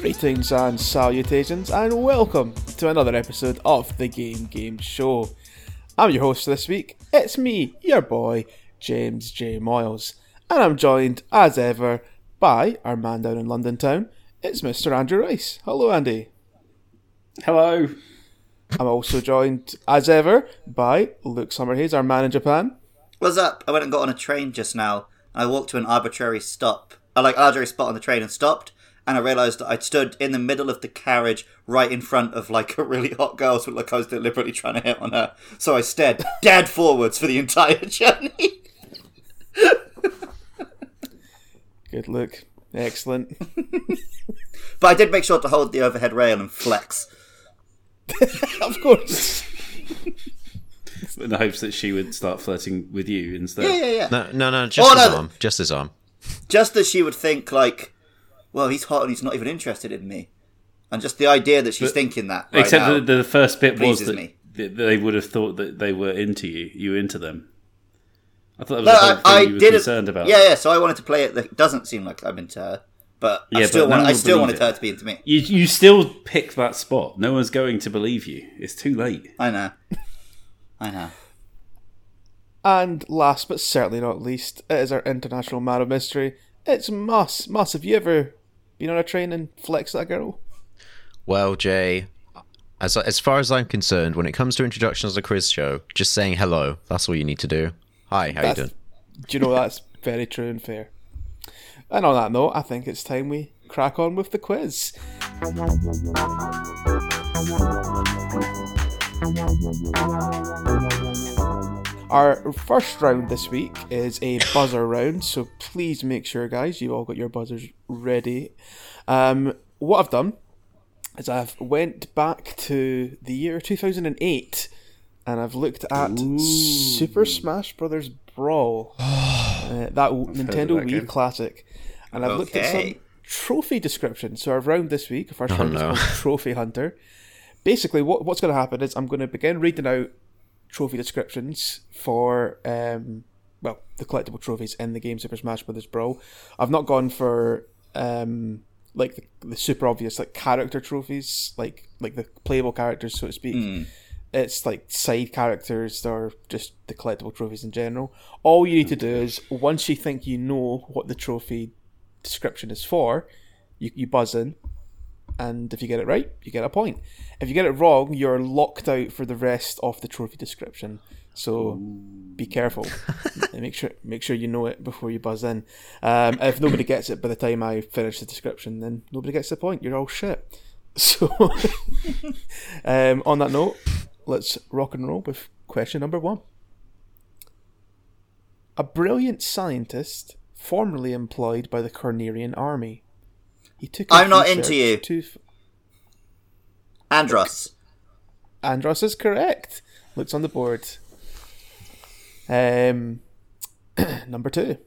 Greetings and salutations, and welcome to another episode of the Game Game Show. I'm your host this week. It's me, your boy, James J. Moyles, and I'm joined, as ever, by our man down in London town. It's Mr. Andrew Rice. Hello, Andy. Hello. I'm also joined, as ever, by Luke Summerhays, our man in Japan. What's up? I went and got on a train just now. And I walked to an arbitrary stop. I like arbitrary spot on the train and stopped. And I realised that I'd stood in the middle of the carriage, right in front of like a really hot girl, so it looked like I was deliberately trying to hit on her. So I stared dead forwards for the entire journey. Good, Luke. Excellent. But I did make sure to hold the overhead rail and flex. of course. In the hopes that she would start flirting with you instead. Yeah, yeah, yeah. No, no, no, just Oh, his no. arm. Just his arm. Just that she would think like, well, he's hot and he's not even interested in me. And just the idea that she's thinking that. Right Except now. that the first bit was pleases that me. th- they would have thought that they were into you, you were into them. I thought that was No, the whole I, thing I you were didn't. concerned about. Yeah, yeah. So I wanted to play it. That it doesn't seem like I'm into her, but I Yeah, still but no want. one I will still believe wanted it. her to be into me. You, you still pick that spot. No one's going to believe you. It's too late. I know. I know. And last but certainly not least, it is our international man of mystery. It's Moss. Moss, have you ever been on a train and flexed that girl? Well, Jay, as as far as I'm concerned, when it comes to introductions to a quiz show, just saying hello. That's all you need to do. Hi, how That's- you doing? Do you know that's very true and fair? And on that note, I think it's time we crack on with the quiz. Our first round this week is a buzzer round, so please make sure, guys, you all got your buzzers ready. Um, what I've done is I've went back to the year 2008 and I've looked at Super Smash Brothers Brawl, uh, that w- Nintendo that Wii game. classic, and I've looked at some Okay. trophy descriptions. So our round this week, our first round is called Trophy Hunter. Basically, what what's going to happen is I'm going to begin reading out trophy descriptions for um, well the collectible trophies in the game Super Smash Brothers Brawl. I've not gone for um, like the, the super obvious like character trophies, like like the playable characters, so to speak. It's like side characters or just the collectible trophies in general. All you need to do is once you think you know what the trophy description is for, you, you buzz in, and if you get it right, you get a point. If you get it wrong, you're locked out for the rest of the trophy description. So be careful. And make sure make sure you know it before you buzz in. Um, if nobody gets it by the time I finish the description, then nobody gets the point. You're all shit. So, um, on that note, let's rock and roll with question number one. A brilliant scientist formerly employed by the Cornerian army. He took his I'm not into research to- Andros. Andros is correct. Looks on the board. Um, number two.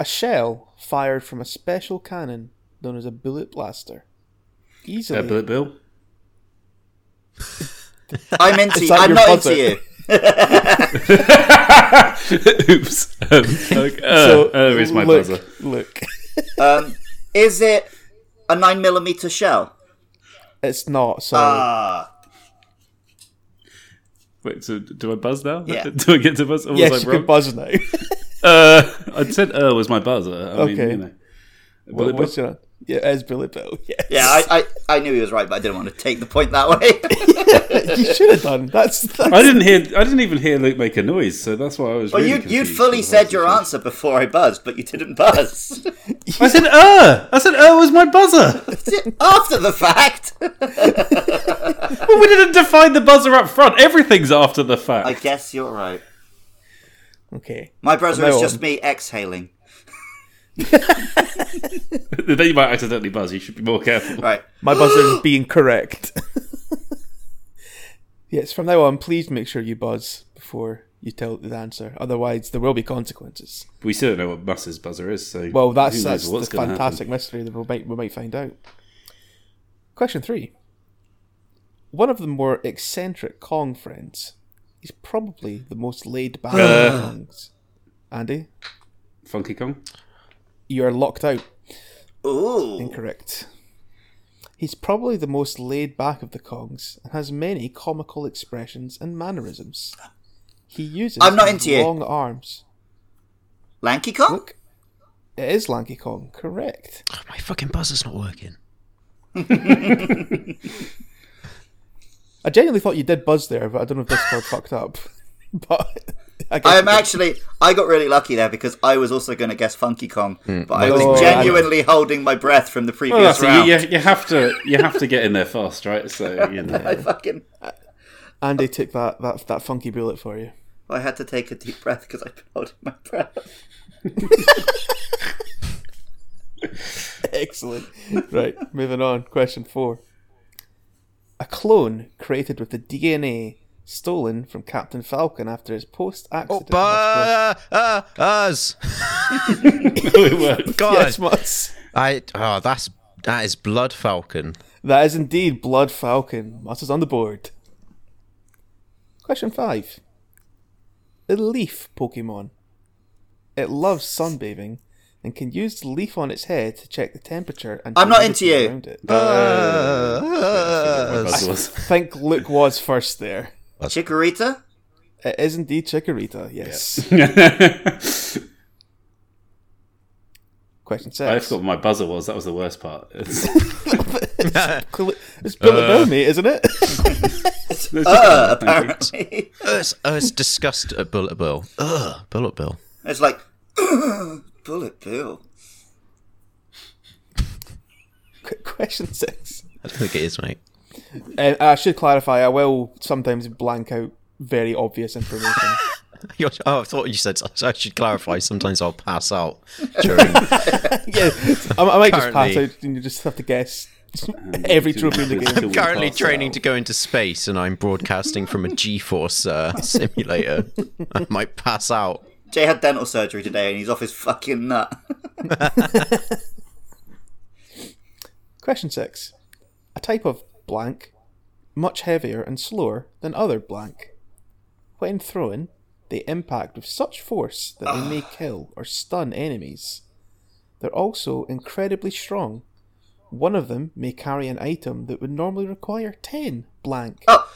A shell fired from a special cannon known as a bullet blaster. Easily. Uh, Bullet Bill? I'm into Is you. that I'm your not buzzer? into you. Oops. Um, okay. uh, oh, it's my look, buzzer. Look, Um, is it a nine millimeter shell? it's not. Uh, So Ah, Wait, so do I buzz now? Yeah. do I get to buzz? Or yes, was I you wrong? can buzz now. Uh, I said uh was my buzzer. I mean, Okay. you know. what, Bullet Bill? what's your? Yeah, it's Bullet Bill. Yes. yeah. I, I, I knew he was right, but I didn't want to take the point that way. you should have done. That's, that's I didn't hear. I didn't even hear Luke make a noise, so that's why I was. well, really you you'd confused fully for the whole said your situation. answer before I buzzed, but you didn't buzz I said uh. I said uh was my buzzer. after the fact. Well, we didn't define the buzzer up front. Everything's after the fact. I guess you're right. okay. My brother From now is just on. me exhaling. then you might accidentally buzz. You should be more careful. Right. My buzzer is being correct. yes, from now on, please make sure you buzz before you tell the answer. Otherwise, there will be consequences. We still don't know what Muss's buzzer is, so Well, that's who knows that's the what's gonna happen. fantastic mystery that we might we might find out. Question three. One of the more eccentric Kong friends is probably the most laid Uh. back of Kongs. Andy, Funky Kong. you are locked out. Ooh. Incorrect. He's probably the most laid back of the Kongs and has many comical expressions and mannerisms. He uses I'm not his into you. long arms. Lanky Kong? Look. It is Lanky Kong, correct. Oh, my fucking buzzer's not working. I genuinely thought you did buzz there, but I don't know if Discord fucked up. But I guess I it am actually. I got really lucky there because I was also going to guess Funky Kong, Hmm. but I was Oh, genuinely holding my breath from the Well, previous Oh, that's it. round. You, you, you have to you have to get in there first, right? So you I know. fucking. Andy took that, that that funky bullet for you. I had to take a deep breath because I've been holding my breath. Excellent. right, moving on. Question four. A clone created with the DNA stolen from Captain Falcon after his post accident. Oh, But uh, us, it works. God, yes, Mutz. I oh that's that is Blood Falcon. That is indeed Blood Falcon. Mutz is on the board. Question five. The leaf Pokemon. It loves sunbathing and can use the leaf on its head to check the temperature and I'm not humidity into you. around it. Uh, My buzz was. think Luke was first there. Chikorita? It is indeed Chikorita, yes. Question I six. forgot what my buzzer was. That was the worst part. It's, Cl- It's Bullet Bill, mate, isn't it? Uh, apparently. Us, us disgust at Bullet Bill. Ugh, Bullet Bill. it's like. Bullet Bill. Qu- Question six. I don't think it is, mate. And Uh, I should clarify, I will sometimes blank out very obvious information. You're, oh, I thought you said. I should clarify. Sometimes I'll pass out during yeah, I, I might just pass Currently. out and you just have to guess every trophy in the game. Until we currently pass training out. to go into space and I'm broadcasting from a G-force uh, simulator. I might pass out. Jay had dental surgery today and he's off his fucking nut. Uh, Question six. A type of blank, much heavier and slower than other blank. When thrown, they impact with such force that they may kill or stun enemies. They're also incredibly strong. One of them may carry an item that would normally require 10 blank. Oh,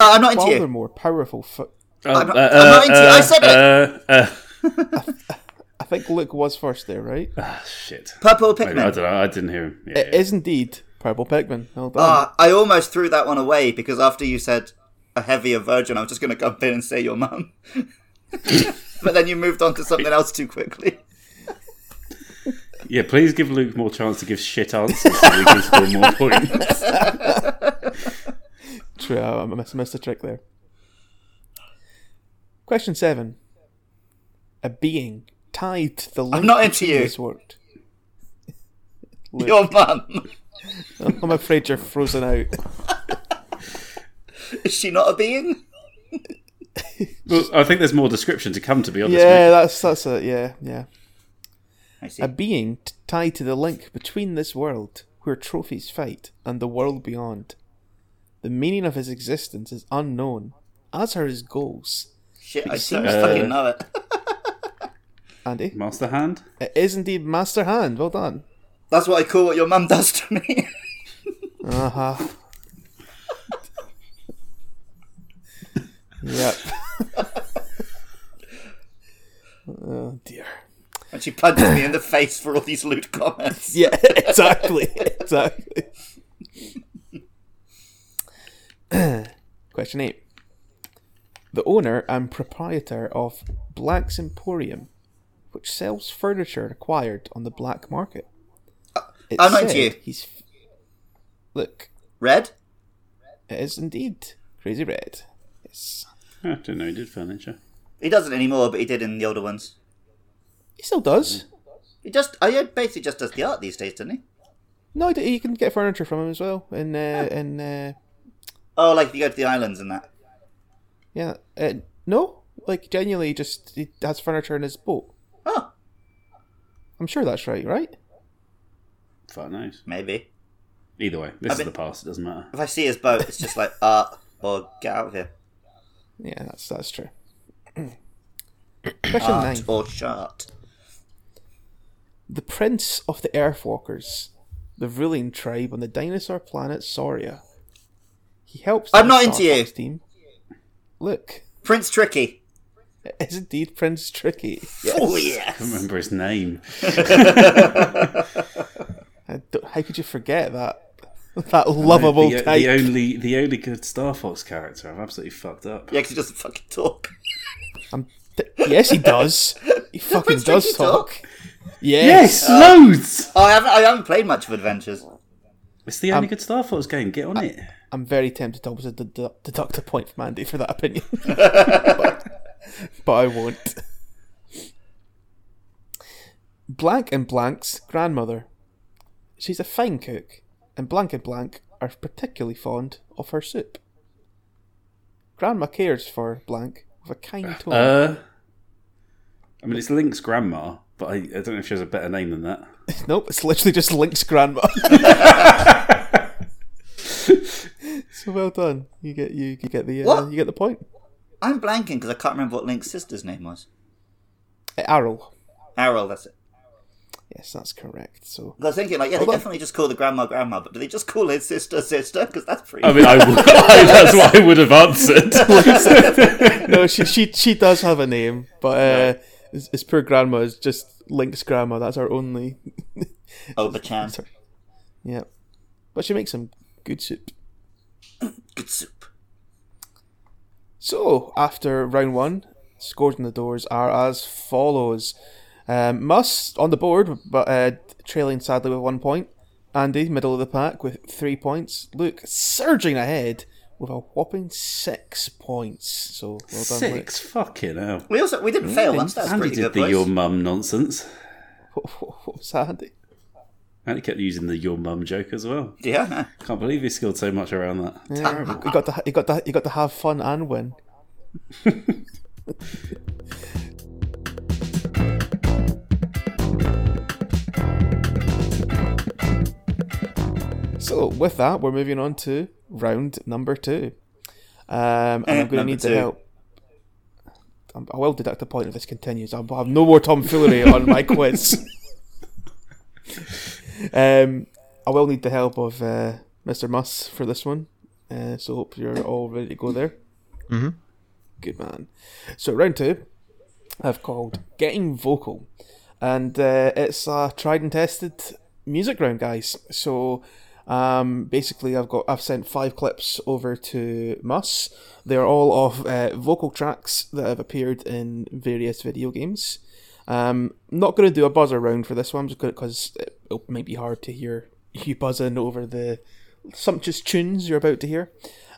uh, I'm not into Far you. more powerful. Fo- Oh, I'm not- I'm not into- I said it. Uh, uh, I think Luke was first there, right? ah, shit. Purple Maybe, I Pikmin. don't know. I didn't hear him. Yeah, Eh, It is indeed Purple Pikmin. Well done. Ah, I almost threw that one away because after you said a heavier virgin, I was just going to jump in and say your mum. but then you moved on to something else too quickly. yeah. Yeah, Please give Luke more chance to give shit answers so we can score more points. True, I I missed, missed a trick there. Question seven. A being tied to the link not into between you. this world. Luke, Your mum. I'm afraid you're frozen out. Is she not a being? Well, I think there's more description to come. To be honest, yeah, mate. that's that's it. Yeah, yeah. I see. A being t- tied to the link between this world, where trophies fight, and the world beyond. The meaning of his existence is unknown, as are his goals. Shit, I it so seems- fucking know it. Andy, Master Hand. it is indeed Master Hand. Well done. That's what I call what your mum does to me. Uh huh. yep. oh dear. and she punches me in the face for all these lewd comments. Yeah, exactly. exactly. Question eight. The owner and proprietor of Black's Emporium, which sells furniture acquired on the black market. It I'm not into said you. He's. f- Look, Red? it is indeed Crazy Red. Yes. I don't know. He did furniture. He doesn't anymore, but he did in the older ones. He still Mm. does. He just, I he basically just does the art these days, doesn't he? No, I d- you can get furniture from him as well, and uh, Ah. and uh, Oh, like if you go to the islands and that. yeah, uh, no, like genuinely, just he has furniture in his boat. Oh, I'm sure that's right, right? Fuck knows. maybe. Either way, this I is mean- the past. It doesn't matter. If I see his boat, it's just like art or get out of here. Yeah, that's that's true. Question Art nine: or shot. The prince of the Earthwalkers, the ruling tribe on the dinosaur planet Soria. He helps. I'm the not into Star Fox you. Team. Look, Prince Tricky. it is indeed Prince Tricky. Yeah, Oh yes. can't remember his name. I don't- how could you forget that? That lovable the, type. the only the only good Star Fox character. I've absolutely fucked up. Yeah, 'cause he doesn't fucking talk. I'm th- yes, he does. He fucking Prince does Tricky talk. talk? Yes. Yes, loads. Oh, I haven't, I haven't played much of Adventures. It's the um, only good Star Fox game. Get on it. I'm very tempted to almost dedu- deduct a point from Andy for that opinion, but, but I won't. Blank and Blank's grandmother. She's a fine cook, and Blank and Blank are particularly fond of her soup. Grandma cares for Blank with a kind tone. Uh, I mean, it's Link's grandma, but I, I don't know if she has a better name than that. nope, it's literally just Link's grandma. so well done. You get you, you get the uh, What? you get the point. I'm blanking because I can't remember what Link's sister's name was. Arrow. Arrow, that's it. Uh, Yes, that's correct. So 'Cause I was thinking, like, yeah, they Hold on. definitely just call the grandma grandma, but do they just call his sister sister? Because that's pretty. I mean, I, would- that's what I would have answered. no, she she she does have a name, but uh, his, his poor grandma is just Link's grandma. That's our only. Oh, Oba-chan. Sorry. Yeah, but she makes some good soup. Good soup. So after round one, scores on the doors are as follows: um, Mus on the board, but uh, trailing sadly with one point. Andy middle of the pack with three points. Luke surging ahead with a whopppping six points. So well done, Luke. Six fucking hell. We also we didn't fail once. That was Andy pretty good, did the um, boys. your mum nonsense. What was that, Andy? Andy kept using the your mum joke as well. Yeah. Can't believe he skilled so much around that. Terrible. You got to you got to you got to have fun and win. so with that, we're moving on to round number two, um, and Eh, I'm going to number need two. the help. I'm- I will deduct a point if this continues. I'll have no more tomfoolery on my quiz. Um, I will need the help of uh, Mr. Muss for this one. Uh, so hope you're all ready to go there. Mm-hmm. Good man. So round two, I've called getting vocal, and uh, it's a tried and tested music round, guys. So um, basically, I've got I've sent five clips over to Muss. They're all of uh, vocal tracks that have appeared in various video games. Um, not going to do a buzzer round for this one because it, it might be hard to hear you buzzing over the sumptuous tunes you're about to hear.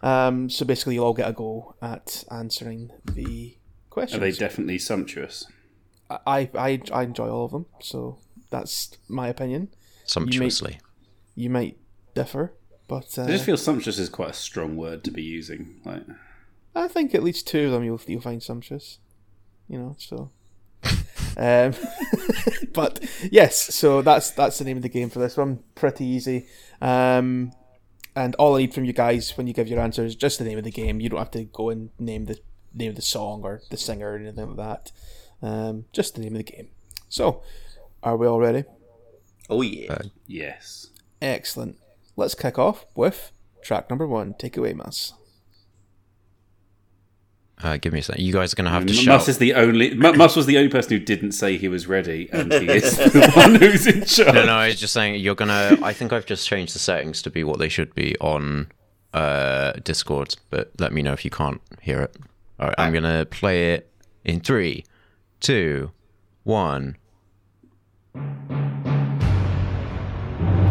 Um, so basically, you'll all get a go at answering the Are questions. they definitely sumptuous? I, I, I enjoy all of them, so that's my opinion. Sumptuously. You might differ, but I uh, just feel sumptuous is quite a strong word to be using. Like, I think at least two of them you'll, you'll find sumptuous. You know, so. Um, but yes, so that's that's the name of the game for this one. Pretty easy. Um, and all I need from you guys when you give your answers is just the name of the game. You don't have to go and name the name of the song or the singer or anything like that. Um, just the name of the game. So, are we all ready? Oh yeah. Uh, yes. Excellent. Let's kick off with track number one. Take away, Mass. Uh, give me a second. You guys are going to have to Mus shout. is the only. Mu- Mus was the only person who didn't say he was ready, and he is the one who's in charge. No, no, I was just saying you're going to. I think I've just changed the settings to be what they should be on uh, Discord, but let me know if you can't hear it. All right, I'm going to play it in three, two, one.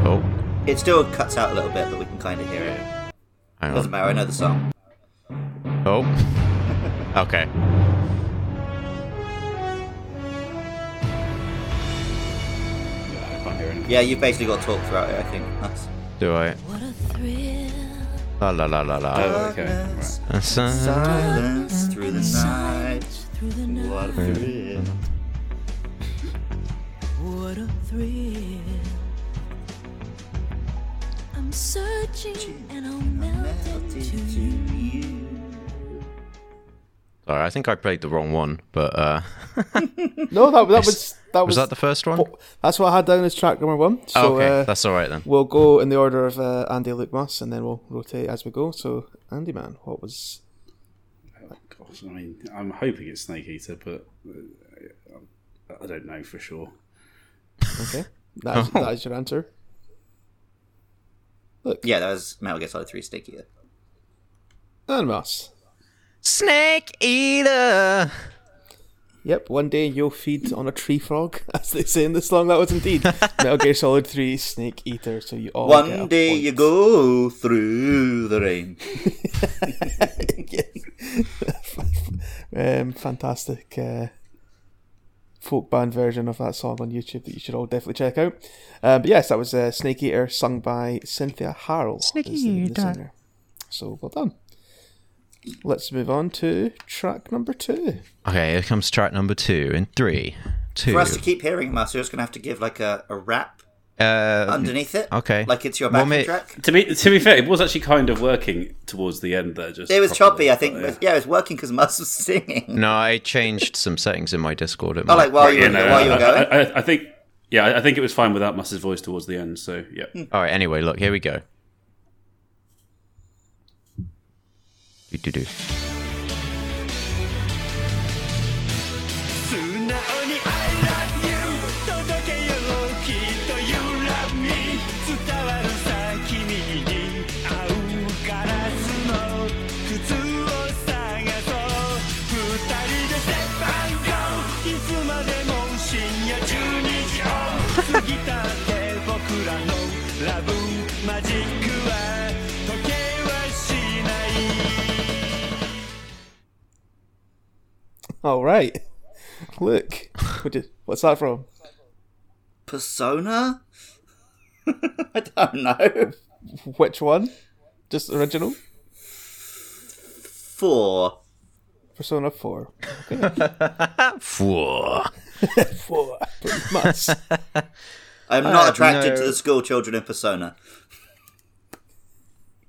Oh, It still cuts out a little bit, but we can kind of hear it. hang Doesn't on. matter. I know the song. Oh. Okay. I can't hear anything. Yeah, you basically got to talk throughout it. I think. That's... Do I? What a thrill. La la la la la. Oh, okay. Right. Uh, Silence through the night. Through the night. What a thrill. What a thrill. I'm searching and I'll melt Melody into to you. you. Sorry, I think I played the wrong one, but uh, No, that, that was that was, was that the first one? what- that's what I had down as track number one. So oh, okay, uh, that's all right then. we'll go in the order of uh, Andy Lucmas, and then we'll rotate as we go. So Andy, man, what was? Gosh, I mean, I'm hoping it's Snake Eater, but uh, I don't know for sure. Okay, that Oh. is, that is your answer. Yeah, that was Metal Gear Solid 3 stickier. And Ross. Snake Eater. Yep, one day you'll feed on a tree frog, as they say in the song. That was indeed Metal Gear Solid 3 Snake Eater, so you all get a One day point. you go through the rain. um, fantastic uh, folk band version of that song on YouTube that you should all definitely check out. Uh, but yes, that was uh, Snake Eater, sung by Cynthia Harrell. Snake Eater. So well done. Let's move on to track number two. Okay, here comes track number two in three, two. For us to keep hearing him, us, you're just going to have to give like a, a rap uh, underneath it. okay. Like it's your Well, backing mate- track. To be to be fair, it was actually kind of working towards the end there. Just It was properly, choppy, I think. but, Yeah, yeah. it was working because Mus was singing. no, I changed some settings in my Discord. It Oh, like might- while you Yeah, were, no, while you were I, going. I, I- I think yeah, I- I think it was fine without Mus's voice towards the end. So yeah, All right. Anyway, look, here we go. Do do do. 素直に「I love you」「届けようきっと You love me」「伝わるさ君に合うガラスの靴を探そう」「二人でセッ Go いつまでも深夜12時を過ぎたって僕らのラブマジックは時計はしない」 All right. Look, what did, what's that from? Persona? I don't know. Which one? Just original? Four. Persona 4. Phew. 4. Must. I'm not Uh, attracted no. to the school children in Persona.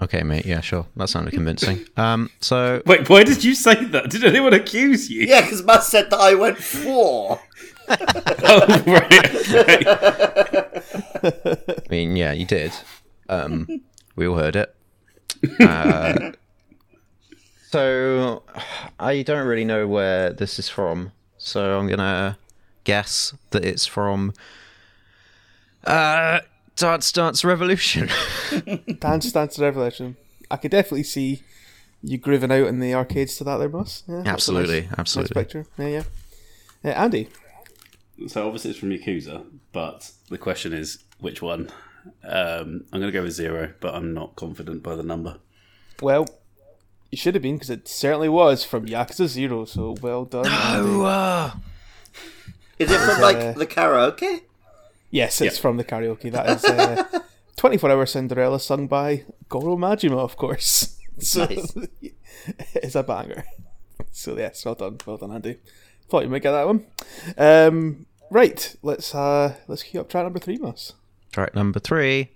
Okay, mate. Yeah, sure. That sounded convincing. Um, so wait, why did you say that? Did anyone accuse you? Yeah, because Mus said that I went four. Oh, right. okay. I mean, yeah, you did. Um, we all heard it. Uh, so I don't really know where this is from. So I'm gonna guess that it's from uh, Dance Dance Revolution. Dance Dance Revolution. I could definitely see you grooving out in the arcades to that there, boss. Yeah, that's a nice- Absolutely, nice absolutely. picture. Yeah, yeah. Uh, Andy, So obviously it's from Yakuza, but the question is which one. Um, I'm going to go with zero, but I'm not confident by the number. well, you should have been because it certainly was from Yakuza Zero. So well done. Andy. ah. Is it from like the karaoke? Yes, it's Yeah. from the karaoke. That is uh, 24 Hour Cinderella, sung by Goro Majima, of course. So Nice. it's a banger. So yes, well done, well done, Andy. Thought you might get that one. Um, right, let's uh, let's queue up track number three, Moss. Track number three.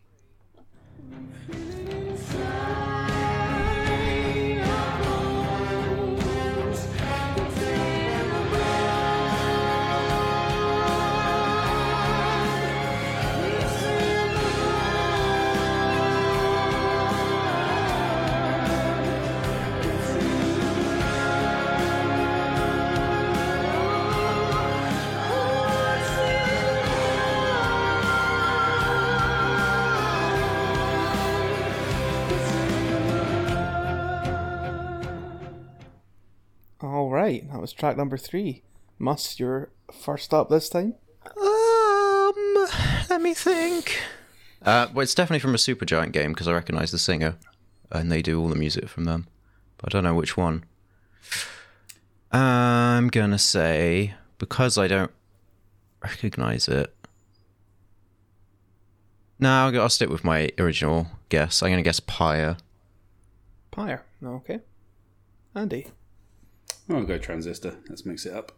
All right, that was track number three. Must you're first up this time. Um, let me think. Uh, well, it's definitely from a Supergiant game because I recognise the singer, and they do all the music from them. But I don't know which one. I'm gonna say because I don't recognise it. No, I'll, go- I'll stick with my original guess. I'm gonna guess Pyre. Pyre. Okay. Andy. I'll go Transistor. Let's mix it up.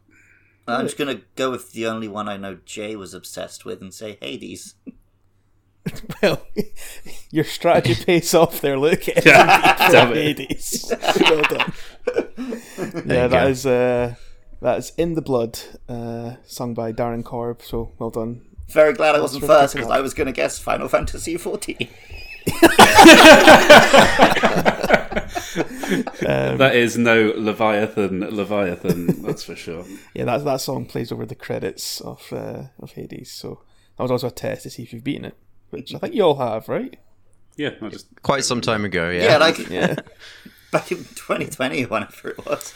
I'm just going to go with the only one I know Jay was obsessed with and say Hades. Well, your strategy pays off there, Luke. Damn it. Hades. well done. yeah, you that go. is uh, that is in the blood, uh, sung by Darren Korb. So well done. Very glad I wasn't That's really first good. because I was going to guess Final Fantasy 14. that is no Leviathan, Leviathan, that's for sure. Yeah, that that song plays over the credits of uh, of Hades. So that was also a test to see if you've beaten it, which I think you all have, right? Yeah, I just Quite some time ago, yeah. Yeah, like Yeah. back in 2020 or whenever it was.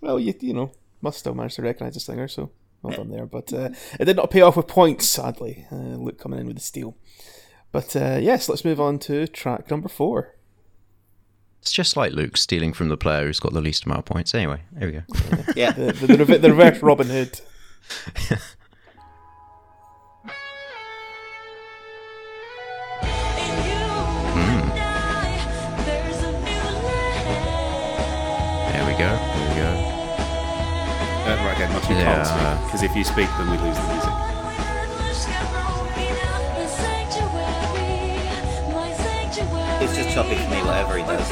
well, you you know must still manage to recognise the singer. So well done there. But uh, it did not pay off with points, sadly. Uh, Luke coming in with the steal. But uh, yes, let's move on to track number four. It's just like Luke stealing from the player who's got the least amount of points. Anyway, there we go. Yeah. The the, the, rever- the reverse Robin Hood. In you and I, there's a new life. There we go. There we go. uh, right, okay, much we Yeah. can't speak because if you speak, then we lose the music. It's just choppy for me, whatever he does.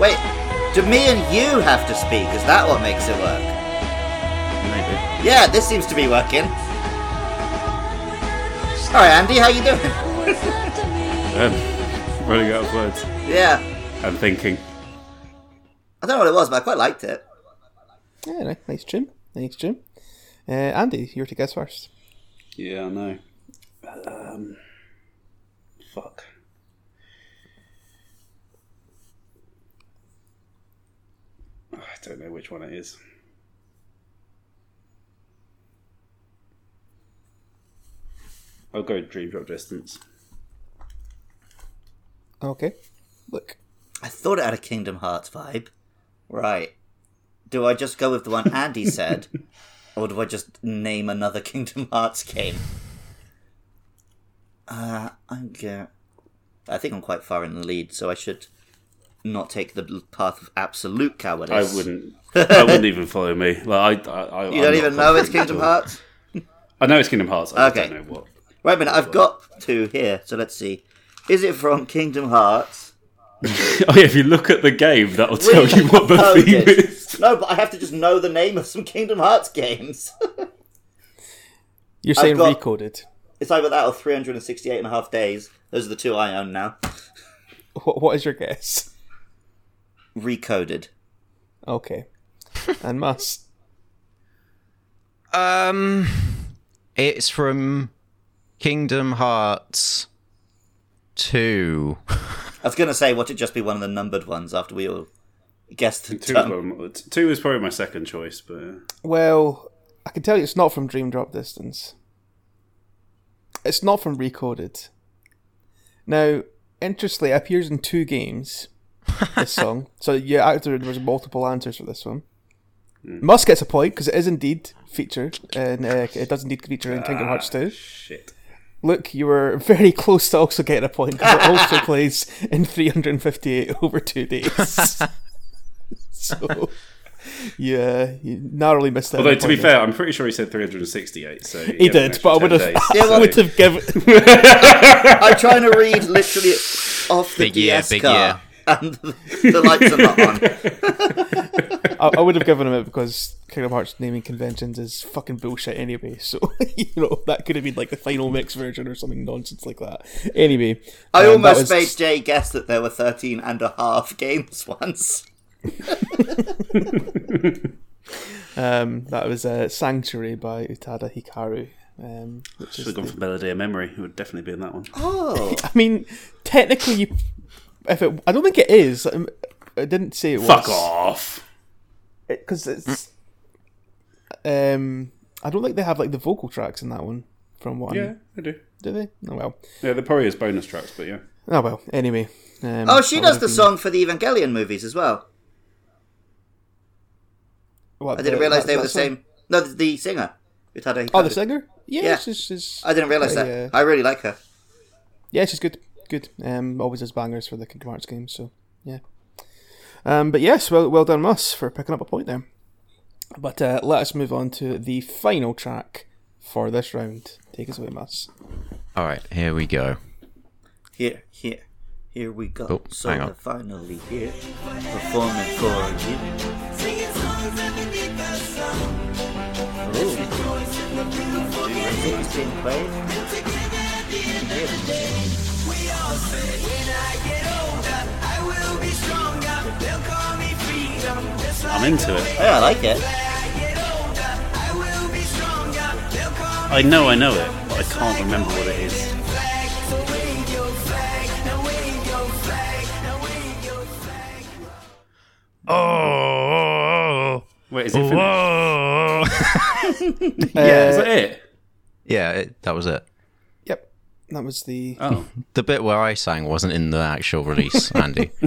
Wait, do me and you have to speak? Is that what makes it work? Maybe. Yeah, this seems to be working. All right, Andy, how you doing? Um, running out of words Yeah, and thinking. I don't know what it was, but I quite liked it. Yeah, ni- nice trim, nice trim. Uh, Andy, you're to guess first. Yeah, I know. Um, fuck. I don't know which one it is. I'll go Dream Drop Distance. Okay, look. I thought it had a Kingdom Hearts vibe. Right. Do I just go with the one Andy said, or do I just name another Kingdom Hearts game? Uh, I'm go- I think I'm quite far in the lead, so I should not take the bl- path of absolute I cowardice. wouldn't. I wouldn't even follow me. Like I, I, I You don't even know it's Kingdom Hearts. I know it's Kingdom Hearts. I Okay. just don't know what. Wait a minute, I've got two here, so let's see. Is it from Kingdom Hearts? Oh yeah, if you look at the game, that'll tell you what the Oh, theme good. is. No, but I have to just know the name of some Kingdom Hearts games. You're saying got- recoded. It's either that or 368 and a half days. Those are the two I own now. What, what is your guess? Recoded. Okay, and must. Um, it's from Kingdom Hearts 2. I was going to say, what it just be one of the numbered ones after we all guessed the Two, term. was- two is probably my second choice, but uh, Well, I can tell you it's not from Dream Drop Distance. It's not from Recoded. Now, interestingly, it appears in two games, this song. So, yeah, actually, there was multiple answers for this one. Hmm. Must gets a point because it is indeed featured, and uh, it does indeed feature in Kingdom Hearts 2. Ah, shit. Look, you were very close to also getting a point because it also plays in 358 over two days. so, yeah, you narrowly missed that. Although to be point. fair, I'm pretty sure he said 368. So He did, but I would have, Yeah, I well- would have given. I'm trying to read literally off the Big year, DS big car. And the, the lights are not on. I, I would have given him it because Kingdom Hearts naming conventions is fucking bullshit anyway. So you know that could have been like the final mix version or something nonsense like that. Anyway, I um, that almost was- made Jay guess that there were 13 and a half games once. um, that was uh, Sanctuary by Utada Hikaru. Um, which Should is have gone for Melody of Memory. It would definitely be in that one. Oh. I mean, technically, you, if it, I don't think it is. Um, I didn't say it Fuck was. off. because it's. Um, I don't think they have like the vocal tracks in that one. From what? I'm- Yeah, I do. do they? Oh well. Yeah, there probably is bonus tracks, but yeah. Oh well. Anyway. Um, Oh, she I does would've the been- song for the Evangelion movies as well. what, I didn't the- realize that- they were the that song? same. No, the, the singer. Utada Oh, the Hikaru. singer? Yeah, Yeah. She's, she's, I didn't realize yeah, that. Yeah. I really like her. Yeah, she's good. Good. Um, always has bangers for the Kingdom Hearts games. So yeah. Um, but yes, well, well done, Mus, for picking up a point there. But uh, let us move on to the final track for this round. Take us away, Mus. All right, here we go. Here, here, Here we go. Oh, so hang on. we're finally here, performing for you. Music's being played. I'm into it. Yeah, Oh, I like it. I know I know it, but I can't remember what it is. Oh, Wait, is it finished? Uh, Is that it? yeah, it, that was it. Yep, that was the. Oh, The bit where I sang wasn't in the actual release, Andy. Uh,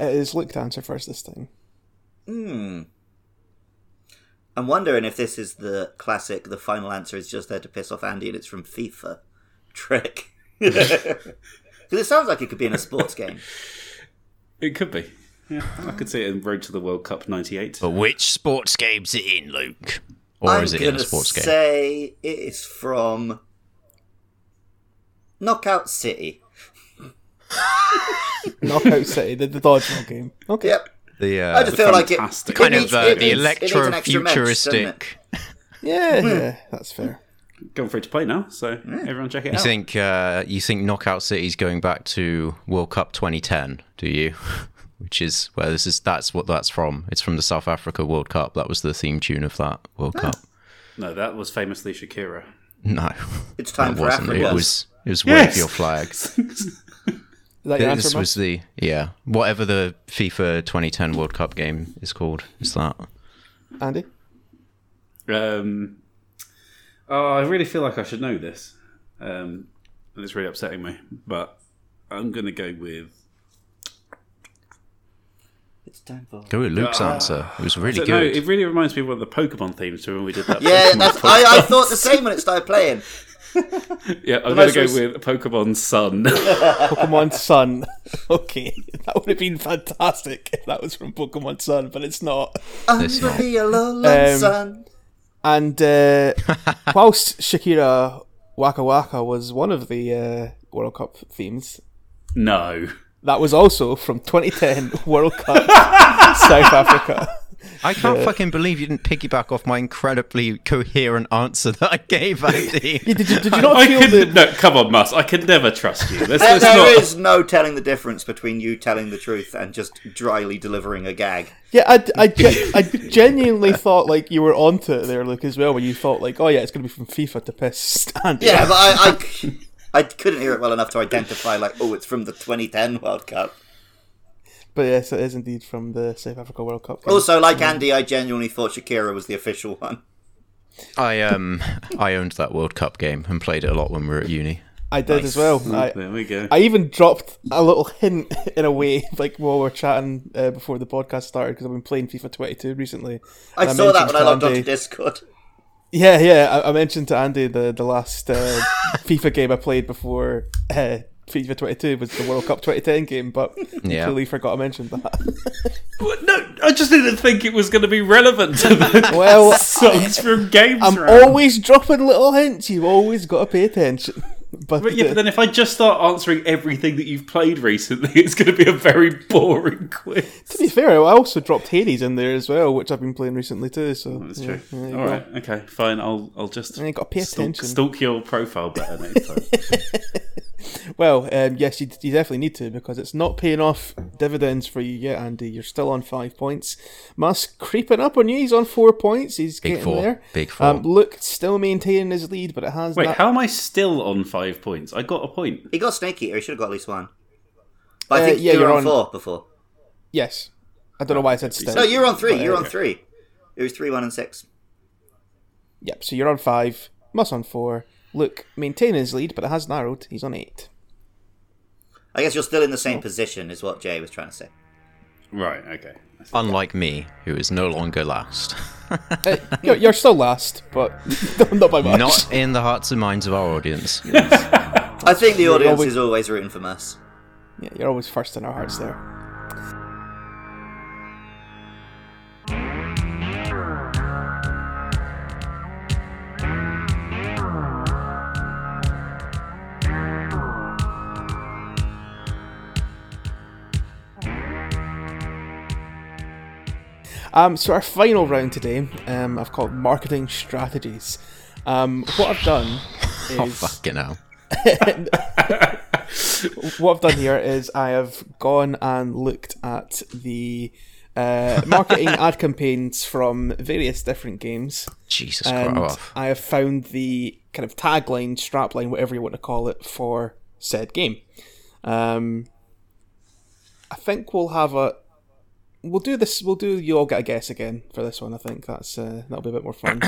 it is Luke to answer first this time. I'm wondering if this is the classic, the final answer is just there to piss off Andy and it's from FIFA trick. Because it sounds like it could be in a sports game. it could be. Yeah, I could see it in Road to the World Cup '98. but which sports game's it in, Luke? Or I'm is it gonna in a sports game? say it is from Knockout City. Knockout City, the, the dodgeball game. Okay. Yep. The uh, I just feel like it fantastic. kind it of needs- uh, it needs- it needs the an electro extra match, doesn't it? futuristic. Yeah, yeah, that's fair. Going free to play now, so everyone check it You Oh. out. think uh, you think Knockout City's going back to World Cup 2010? Do you? Which is where this is. That's what that's from. It's from the South Africa World Cup. That was the theme tune of that World Ah. Cup. No, that was famously Shakira. No, It's time it for wasn't. Africa. It was. It was Yes. wave your flag. Is that your This answer, was... was the yeah. Whatever the FIFA 2010 World Cup game is called, is that? Andy? Um, oh, I really feel like I should know this, um, and it's really upsetting me. But I'm gonna go with. It's time for. Go with Luke's Ah. answer. It was really So, no, good. it really reminds me of one of the Pokemon themes to when we did that. Yeah, Pokemon that's, podcast. I, I thought the same when it started playing. yeah, I'm gonna most go recent- with Pokemon Sun. Pokemon Sun. Okay, that would have been fantastic if that was from Pokemon Sun, but it's not. Under It's not. the Alolan Um, sun. And uh, whilst Shakira Waka Waka was one of the uh, World Cup themes, no, that was also from 2010 World Cup South Africa. I can't fucking believe you didn't piggyback off my incredibly coherent answer that I gave, Andy. Did you, did you not I feel can. the... No, come on, Mus. I can never trust you. Let's, There, let's there not. is Uh, no telling the difference between you telling the truth and just dryly delivering a gag. Yeah, I, I, ge- I genuinely thought like you were onto it there, Luke, as well, when you thought like, oh yeah, it's going to be from FIFA to piss Andy. Yeah, but I, I c- I couldn't hear it well enough to identify, like, oh, it's from the 2010 World Cup. But yes, it is indeed from the South Africa World Cup. game. Also, like Andy, I genuinely thought Shakira was the official one. I um I owned that World Cup game and played it a lot when we were at uni. I did as well. I, Mm, There we go. I even dropped a little hint in a way, like while we were chatting uh, before the podcast started, because I've been playing FIFA 22 recently. I And saw that mentioned when I logged to onto Andy- Discord. Yeah, yeah. I, I mentioned to Andy the the last uh, FIFA game I played before uh, FIFA 22 was the World Cup 2010 game, but Yeah. clearly forgot I mentioned that. What? No, I just didn't think it was going to be relevant to the well, songs from games. I'm round. always dropping little hints. You always got to pay attention. But, uh, But yeah, but then if I just start answering everything that you've played recently, it's going to be a very boring quiz. to be fair, I also dropped Hades in there as well, which I've been playing recently too. So That's yeah, true. there you All go. right, okay, fine. I'll I'll just you gotta pay stalk, attention. stalk your profile better next time. Well, um, yes, you, you definitely need to because it's not paying off dividends for you yet, Andy. You're still on five points. Musk creeping up on you. He's on four points. He's Big getting four. there. Big four. Um, Luke still maintaining his lead, but it has Wait, not- how am I still on five points? I got a point. He got Snake Eater, he should have got at least one. But Uh, I think yeah, you you're were on, on- four before. Yes, I don't know why I said still. No, you were on three, But, you were uh, on three. It was three, one, and six. Yep. So you're on five. Musk on four. Luke maintaining his lead, but it has narrowed. He's on eight. I guess you're still in the same position, is what Jay was trying to say. Right. Okay. Unlike me, who is no longer last. Uh, you're, you're still last, but not by much. Not in the hearts and minds of our audience. I think the audience always- is always rooting for us. Yeah, you're always first in our hearts there. Um, so our final round today, um, I've called marketing strategies. Um, what I've done is Oh, fucking hell. what I've done here is I have gone and looked at the uh, marketing ad campaigns from various different games, Jesus and Christ. Oh, I have found the kind of tagline, strapline, whatever you want to call it, for said game. Um, I think we'll have a. We'll do this. We'll do. You all get a guess again for this one. I think that's uh, that'll be a bit more fun.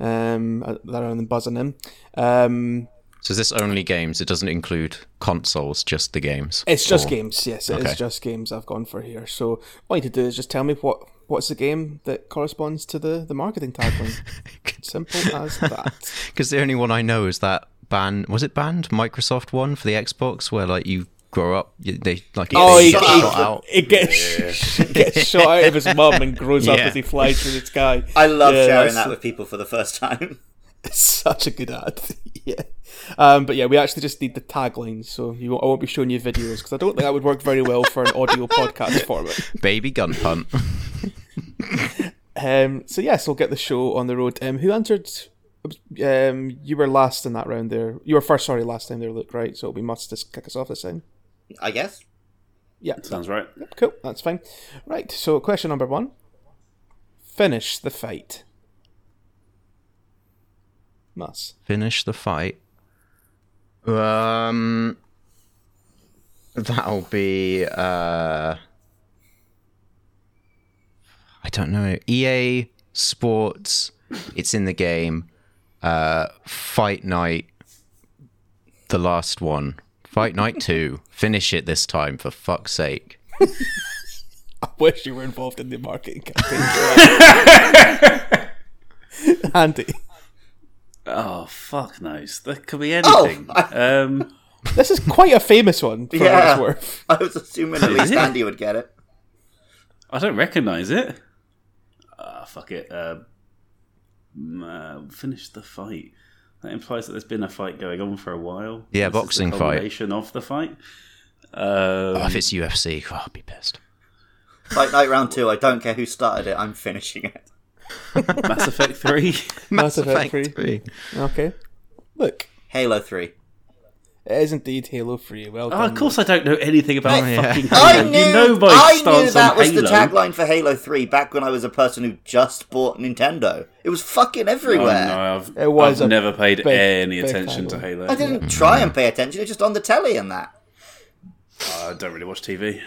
um, uh, rather than buzzing in. Um, So is this only games? It doesn't include consoles, just the games. It's just Or- games, yes. it is Okay. just games I've gone for here. So all you need to do is just tell me what what's the game that corresponds to the the marketing tagline. Simple as that. Because the only one I know is that ban was it banned Microsoft one for the Xbox where like you grow up you- they like Oh, they he, get he- shot out. he gets, gets shot out of his mum and grows up Yeah. as he flies through the sky. I love Yeah, that's sharing that with people for the first time. Such a good ad. yeah. Um, but yeah, we actually just need the tagline, so you won't, I won't be showing you videos because I don't think that would work very well for an audio podcast format. baby gun punt. Um, so yes, we'll get the show on the road. Um, who answered? Um, you were last in that round there. You were first, sorry, last time there, Luke. Right, so we must just kick us off this time. I guess. Yeah, Sounds right. cool. That's fine. Right. So question number one: Finish the fight. Mass. Finish the fight. Um, that'll be uh, I don't know. EA Sports. It's in the game. Uh, Fight Night. The last one. Fight Night Two. Finish it this time, for fuck's sake. I wish you were involved in the marketing campaign. Andy, Oh fuck knows. There could be Oh, anything. um, this is quite a famous one for what Yeah. it's worth. I was assuming at least Yeah. Andy would get it. I don't recognise it. Ah, fuck it. Uh, mm, uh, finish the fight. That implies that there's been a fight going on for a while. This is Yeah, the boxing fight. culmination of the fight. Um, Oh, if it's UFC, oh, I'll be pissed. Fight Night Round 2, I don't care who started it, I'm finishing it. Mass Effect Three. Mass Effect Thank 3. you. Okay. Look, Halo 3. it is indeed Halo 3. Well Oh, done. of course, I don't know anything about yeah. fucking I Halo. knew, you know my I stance knew that on was Halo. the tagline for Halo 3 back when I was a person who just bought Nintendo. It was fucking Oh, everywhere. no, I've, It was I've a never paid big, any big attention to Halo. I Halo. didn't try and pay attention, it was just on the telly and that. I don't really watch TV.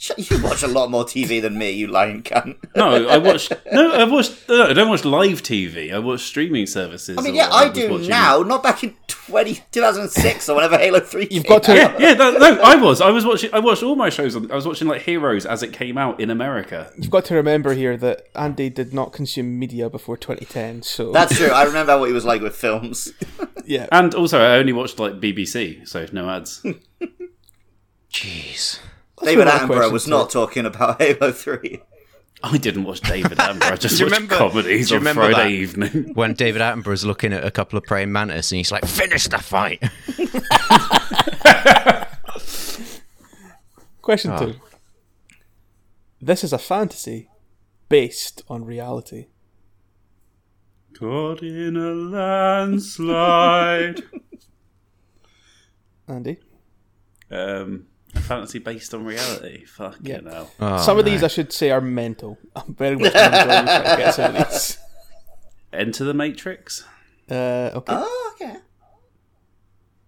Sh- You watch a lot more TV than me, you lying cunt. No, I watch. No, I watched. No, I don't watch live TV. I watch streaming services. I mean, or yeah, I was do watching- now, not back in 20, 2006 or whenever Halo 3 You've came got to- out. Yeah, yeah. That, no, I was. I was watching. I watched all my shows. On, I was watching like Heroes as it came out in America. You've got to remember here that Andy did not consume media before 2010, so That's true, I remember what he was like with films. yeah. And also, I only watched like BBC, so no ads. Jeez. David another Attenborough question was to not talking about Halo 3. I didn't watch David Attenborough. I just Do you watched remember- comedies do you on remember Friday that? evening. when David Attenborough's looking at a couple of praying mantis and he's like, finish the fight. Question two. This is a fantasy based on reality. Caught in a landslide. Andy? um, a fantasy based on reality. Fucking Yeah. hell. Ah, some of these I should say are mental. I'm very much going to enjoy trying to get some of these. Enter the Matrix. Uh, okay, Oh, okay.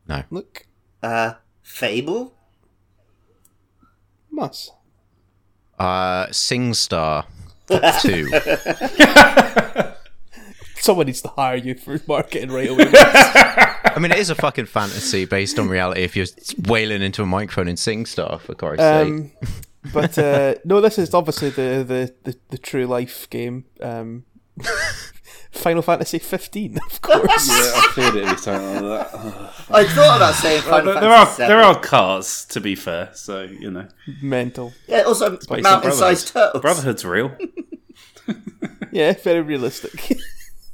No. look. Uh, Fable? Must. Uh, SingStar 2. Someone needs to hire you for marketing right away. I mean, it is a fucking fantasy based on reality if you're wailing into a microphone in SingStar, for Christ's sake. Um, but uh, no, this is obviously the, the, the, the true life game. Um, Final Fantasy 15, of course. I feared it was something like that. I thought about saying Final there are Fantasy there VII. are cars to be fair, so you know. Mental. Yeah, also mountain-sized turtles. Brotherhood's real. Yeah, very realistic.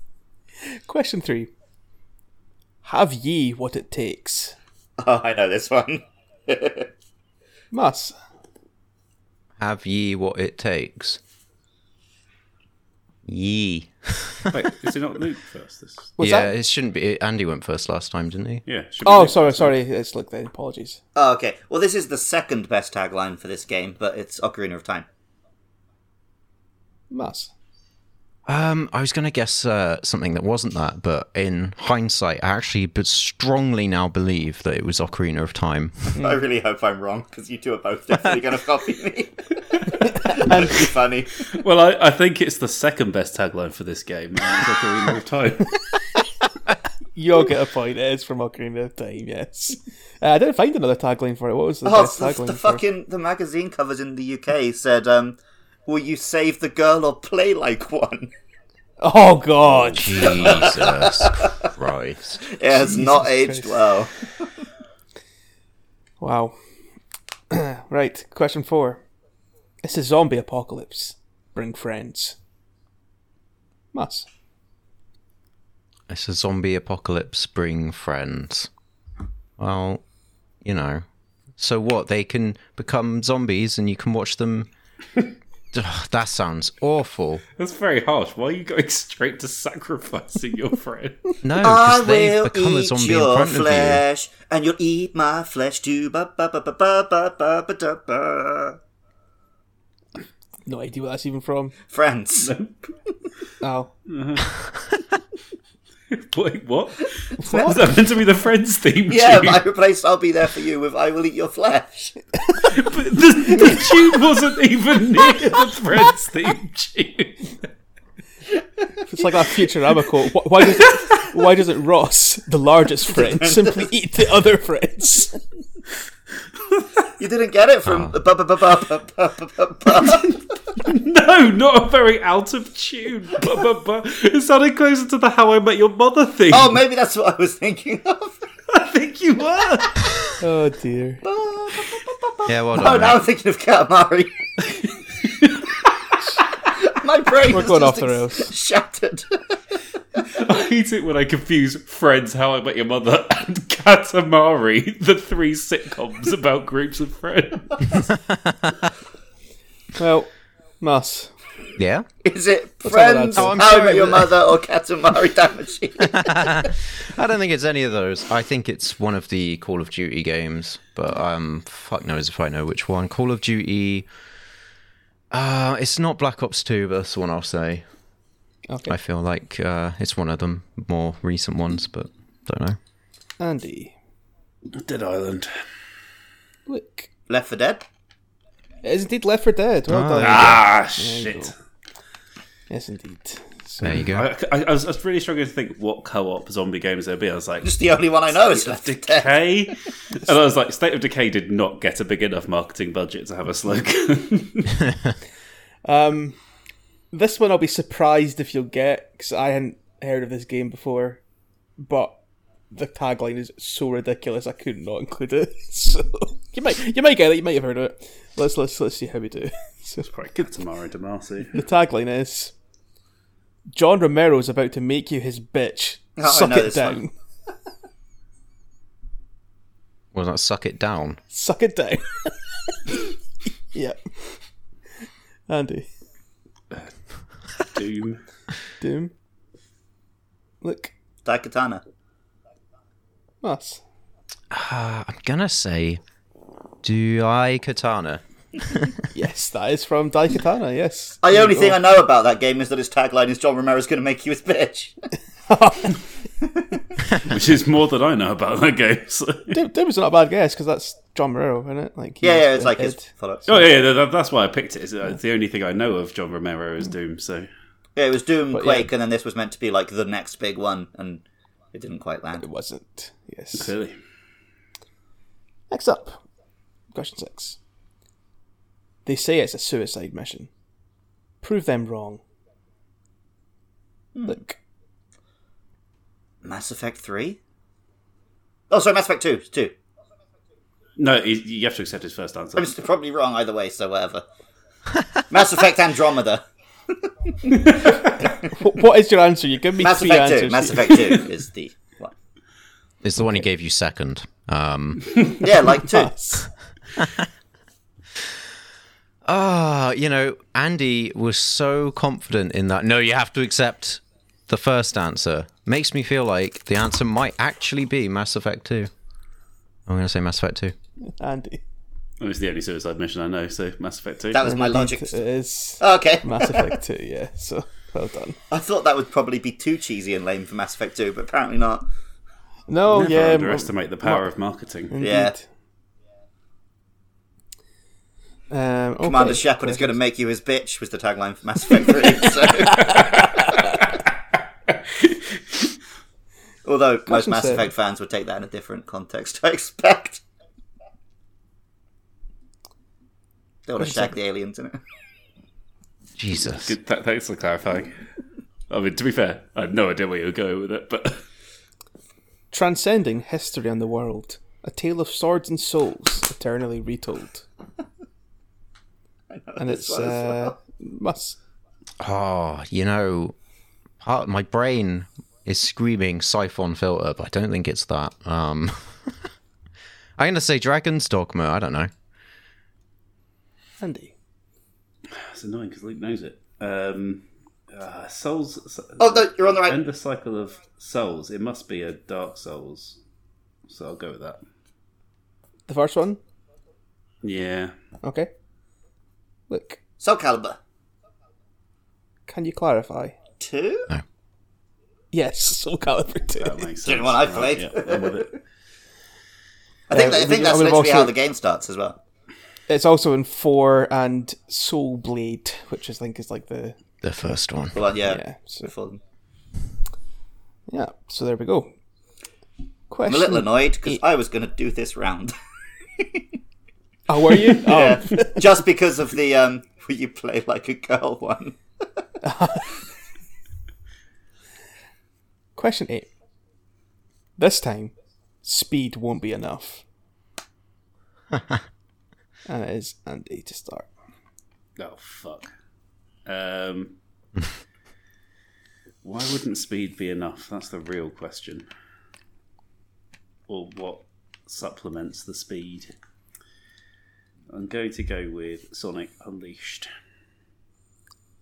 Question three. Have ye what it takes? Oh, I know this one. Mas. Have ye what it takes? Yee. Wait, is it not Luke first? This, What's yeah, that? it shouldn't be. Andy went first last time, didn't he? yeah. should be Oh, Luke sorry, first. sorry. It's like then. Apologies. Oh, okay. Well, this is the second best tagline for this game, but it's Ocarina of Time. Mass. Um, I was going to guess uh, something that wasn't that, but in hindsight, I actually but strongly now believe that it was Ocarina of Time. Hmm. I really hope I'm wrong because you two are both definitely going to copy me. That'd be funny. Well, I, I think it's the second best tagline for this game. and it's Ocarina of Time. You'll get a point. It is from Ocarina of Time, yes. Uh, I didn't find another tagline for it. What was the Oh, best the, tagline? the for it? fucking the magazine covers in the UK said, um, "Will you save the girl or play like one?" Oh, God. Jesus Christ. It has not aged well. Wow. right, question four. It's a zombie apocalypse. Bring friends. Mass. It's a zombie apocalypse. Bring friends. Well, you know. So what? They can become zombies, and you can watch them. Ugh, that sounds awful. That's very harsh. Why are you going straight to sacrificing your friend? No, I because they've will become a eat zombie in your front of you. flesh, and you'll eat my flesh too. Ba ba ba ba ba ba ba ba da ba. No idea what that's even from. Friends. Oh. Wait, what? What was that meant to be the Friends theme? Yeah, tune? but I replaced "I'll be there for you" with "I will eat your flesh." But the, the tune wasn't even near the Friends theme tune. It's like that Futurama quote. Wh- Why does it, why doesn't Ross, the largest friend, simply eat the other friends? You didn't get it from ba Oh. ba ba ba ba ba ba ba. No, not a very out of tune. But, but, but it sounded closer to the How I Met Your Mother theme. Oh, maybe that's what I was thinking of. I think you were. Oh dear. Yeah, well Oh, done. now mate. I'm thinking of Katamari. My brain We're is going off just the ex- rails. Shattered. I hate it when I confuse Friends, How I Met Your Mother, and Katamari, the three sitcoms about groups of friends. Well, Mass. Yeah. Is it that Friends, answer? Oh, I'm How I sorry, Met Your but- Mother, or Katamari Damacy? I don't think it's any of those. I think it's one of the Call of Duty games, but um, fuck knows if I know which one. Call of Duty. Uh, it's not Black Ops Two, but that's the one I'll say. Okay. I feel like uh, it's one of them more recent ones, but don't know. Andy. Dead Island. Look. Left for Dead? It is indeed Left for Dead. Well done. Ah, you shit. go. Yes, indeed. So, There you go. I, I, I was, I was really struggling to think what co-op zombie games there'd be. I was like, Just the only one I know is Left for Dead. Decay, and I was like, State of Decay did not get a big enough marketing budget to have a slogan. um, this one I'll be surprised if you'll get because I hadn't heard of this game before, but the tagline is so ridiculous I could not include it. So you might you might get it. You might have heard of it. Let's let's let's see how we do. So Quite good, Tamara DeMarcy. the tagline is. John Romero's about to make you his bitch. Oh, I Suck know it this down. one. Well, that suck it down. Suck it down. yep. Andy. Doom. Doom. Look. Daikatana. Us. Uh, I'm gonna say, do I katana? Yes, that is from Daikatana, yes. The only thing I know about that game is that its tagline is John Romero's going to make you his bitch. Which is more than I know about that game. so- oh, Doom, Doom is not a bad guess because that's John Romero, isn't it? Like he Yeah, was yeah, it's like Ed. his follow-up. Oh yeah, yeah, that, that's why I picked it. It's uh, it's the only thing I know of John Romero is Doom. So Yeah, it was Doom, But, yeah. Quake, and then this was meant to be like the next big one, and it didn't quite land. It wasn't. Yes. clearly, Next up, question six. They say it's a suicide mission. Prove them wrong. Look. Mass Effect 3? Oh, sorry, Mass Effect 2. 2. no, you, you have to accept his first answer. I was probably wrong either way, so whatever. Mass Effect Andromeda. Wh- what is your answer? You give me Mass three Effect answers. 2. Mass Effect 2 is the one. It's the one he gave you second. Um, Yeah, like 2. Us. Ah, you know, Andy was so confident in that. No, you have to accept the first answer. Makes me feel like the answer might actually be Mass Effect 2. I'm going to say Mass Effect 2. Andy. It was the only suicide mission I know, so Mass Effect 2. That was my logic. It is Okay. Mass Effect 2, yeah. So well done. I thought that would probably be too cheesy and lame for Mass Effect 2, but apparently not. Oh, No, Never yeah. underestimate the power of marketing. Yeah. Um, okay. Commander Shepard is going to make you his bitch was the tagline for Mass Effect 3. so. Although most Question Mass seven. Effect fans would take that in a different context, I expect. They want to shag the aliens in it. Jesus. Good, th- thanks for clarifying. I mean, to be fair, I had no idea where you were going with it, but Transcending history and the world. A tale of swords and souls eternally retold. and it's one as uh, well. must Oh, you know, part my brain is screaming siphon filter, but I don't think it's that. Um, I'm going to say Dragon's Dogma. I don't know. Andy. it's annoying because Luke knows it. Um, uh, souls. Oh, no, you're on the right. End the cycle of souls. It must be a Dark Souls. So I'll go with that. The first one? Yeah. Okay. Look, Soul Calibur can you clarify? 2? Yes, Soul Calibur 2. That makes sense. Didn't want I Right, played. yeah, I'm with it. I think, Yeah, I think we- that's I would have literally how also- the game starts as well. It's also in 4 and Soul Blade, which I think is like the. The first one. The one, yeah. Yeah, so, before them. yeah, so there we go. I'm Question. a little annoyed because eight. I was going to do this round. Oh, were you? Yeah. Just because of the um, where you play like a girl one. Question eight. This time, speed won't be enough. and it is Andy to start. Oh fuck. Um, why wouldn't speed be enough? That's the real question. Or what supplements the speed? I'm going to go with Sonic Unleashed.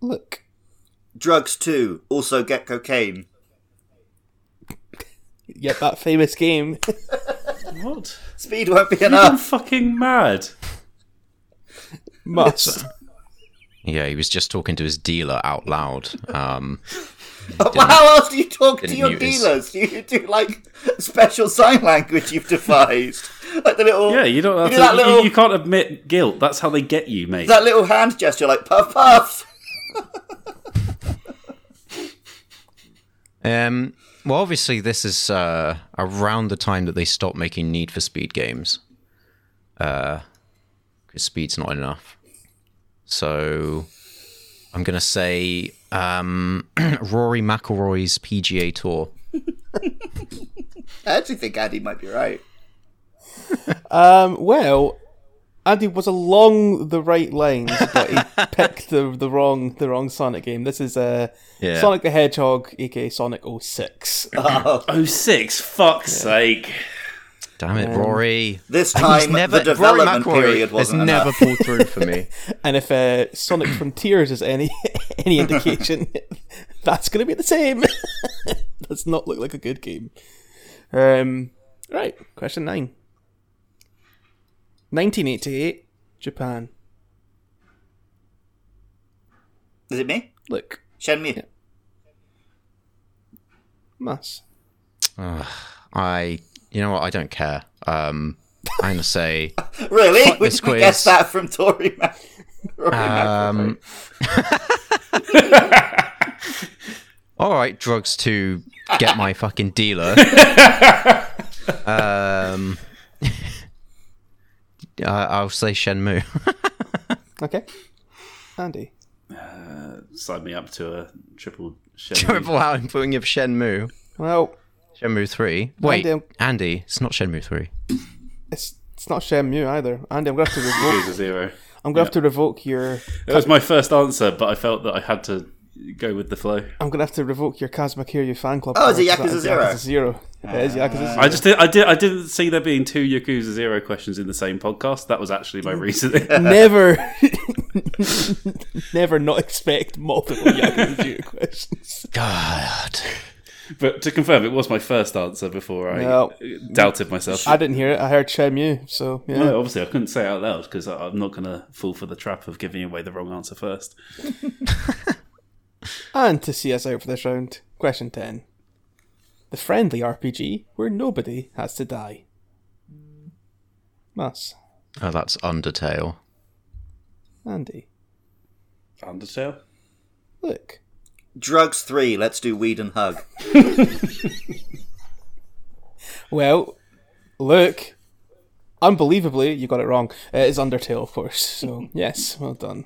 Look, Drugs too. Also get cocaine. yep, that famous game. What? Speed won't be I'm enough. fucking mad. Must. Yeah, he was just talking to his dealer out loud. Um, But how else do you talk to didn't your notice. dealers? Do you do like special sign language you've devised? Like the little Yeah, you don't have do to. that you- little you can't admit guilt. That's how they get you, mate. that little hand gesture, like puff puff. um, well, obviously, this is uh, around the time that they stopped making Need for Speed games. Because speed's not enough. So I'm going to say um, Rory McIlroy's PGA Tour. I actually think Andy might be right. Um, well, Andy was along the right lines, but he picked the, the wrong the wrong Sonic game. This is uh, Yeah. Sonic the Hedgehog, aka Sonic 06. Oh six, fuck's sake! Damn it, Rory. This He's time never, the development Rory McIlroy period wasn't has enough. never pulled through for me. and if uh, Sonic Frontiers is any any indication, that's going to be the same. Does not look like a good game. Um, right, question nine. 1988, Japan. Is it me? Look, Shenmue. mass. I, you know what? I don't care. Um, I'm gonna say Really? Fuck Would this you quiz. guess that from Tory Mac? Rory McIlroy. Um, all right, drugs to get my fucking dealer. um, uh, I'll say Shenmue. Okay, Andy. Sign me up to a triple. Chevy. Terrible how I'm putting up Shenmue. Well, Shenmue three. Wait, Andy, I'm- Andy, it's not Shenmue three. it's it's not Shenmue either. Andy, I'm gonna have to revoke. Two to zero. I'm gonna have to revoke your. That was my first answer, but I felt that I had to go with the flow. I'm gonna have to revoke your Kazuma Kiryu fan club. Oh, is it card, 'cause Yakuza that's Yakuza Zero. Zero? Ah. It is Yakuza Zero. I just did, I did I didn't see there being two Yakuza Zero questions in the same podcast. That was actually my reasoning. never Never not expect multiple Yakuza Zero questions. God. But to confirm, it was my first answer before I No. doubted myself. I didn't hear it. I heard Shem Yu, so yeah. No, obviously, I couldn't say it out loud because I'm not going to fall for the trap of giving away the wrong answer first. And to see us out for this round, question 10. The friendly RPG where nobody has to die. Mass, Oh, that's Undertale. Andy, Undertale? Luke, Drugs three. Let's do weed and hug. Well, Luke, unbelievably, you got it wrong. It is Undertale, of course. So, yes, well done.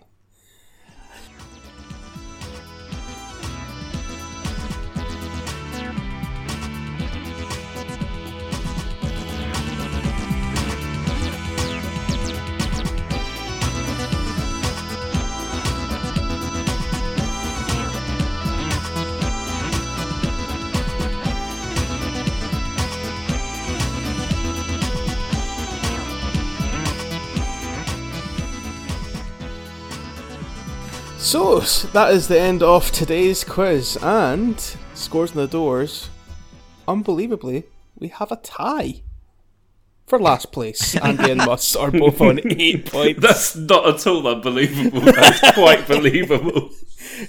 So, s- that is the end of today's quiz. And scores on the doors. Unbelievably, we have a tie. For last place, Andy and Mus are both on eight points. That's not at all unbelievable. That's quite believable.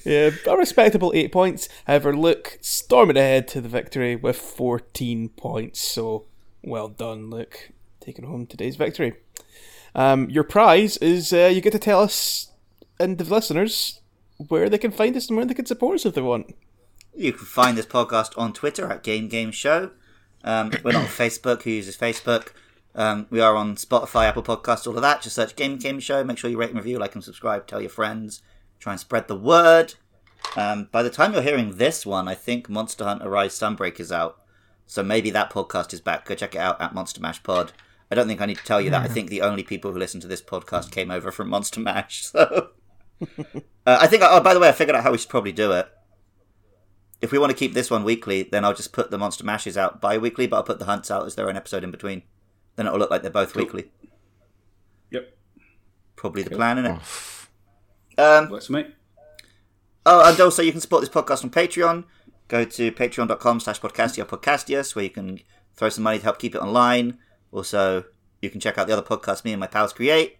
Yeah, a respectable eight points. However, Luke storming ahead to the victory with 14 points. So, well done, Luke, taking home today's victory. Um, your prize is uh, you get to tell us and the listeners where they can find us and where they can support us if they want. You can find this podcast on Twitter at Game Game Show. Um, we're not on Facebook. Who uses Facebook? Um, we are on Spotify, Apple Podcasts, all of that. Just search Game Game Show. Make sure you rate and review, like and subscribe. Tell your friends. Try and spread the word. Um, by the time you're hearing this one, I think Monster Hunter Rise Sunbreak is out. So maybe that podcast is back. Go check it out at Monster Mash Pod. I don't think I need to tell you that. I think the only people who listen to this podcast came over from Monster Mash. So uh, I think. Oh, by the way, I figured out how we should probably do it if we want to keep this one weekly, then I'll just put the Monster Mashes out bi weekly, but I'll put the Hunts out as their own episode in between. Then it'll look like they're both weekly. Yep, Probably the plan, innit? works for me. Oh, and also you can support this podcast on Patreon. Go to patreon.com slash podcastia podcastius, where you can throw some money to help keep it online. Also, you can check out the other podcasts me and my pals create.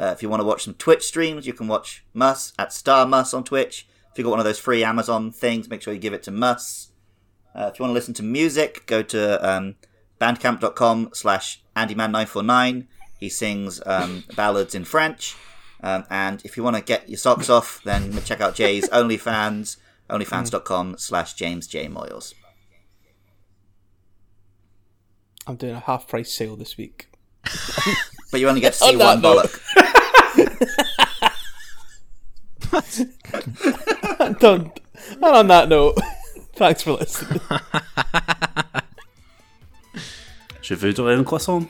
Uh, if you want to watch some Twitch streams, you can watch Mus at Star Mus on Twitch. If you got one of those free Amazon things, make sure you give it to Mus. Uh, if you want to listen to music, go to um, bandcamp.com slash andyman949. He sings um, ballads in French. Um, and if you want to get your socks off, then check out Jay's OnlyFans, onlyfans.com slash James J. Moyles. I'm doing a half price sale this week. But you only get to see On that one note. bollock. And on, and on that note, thanks for listening. Je veux de un croissant.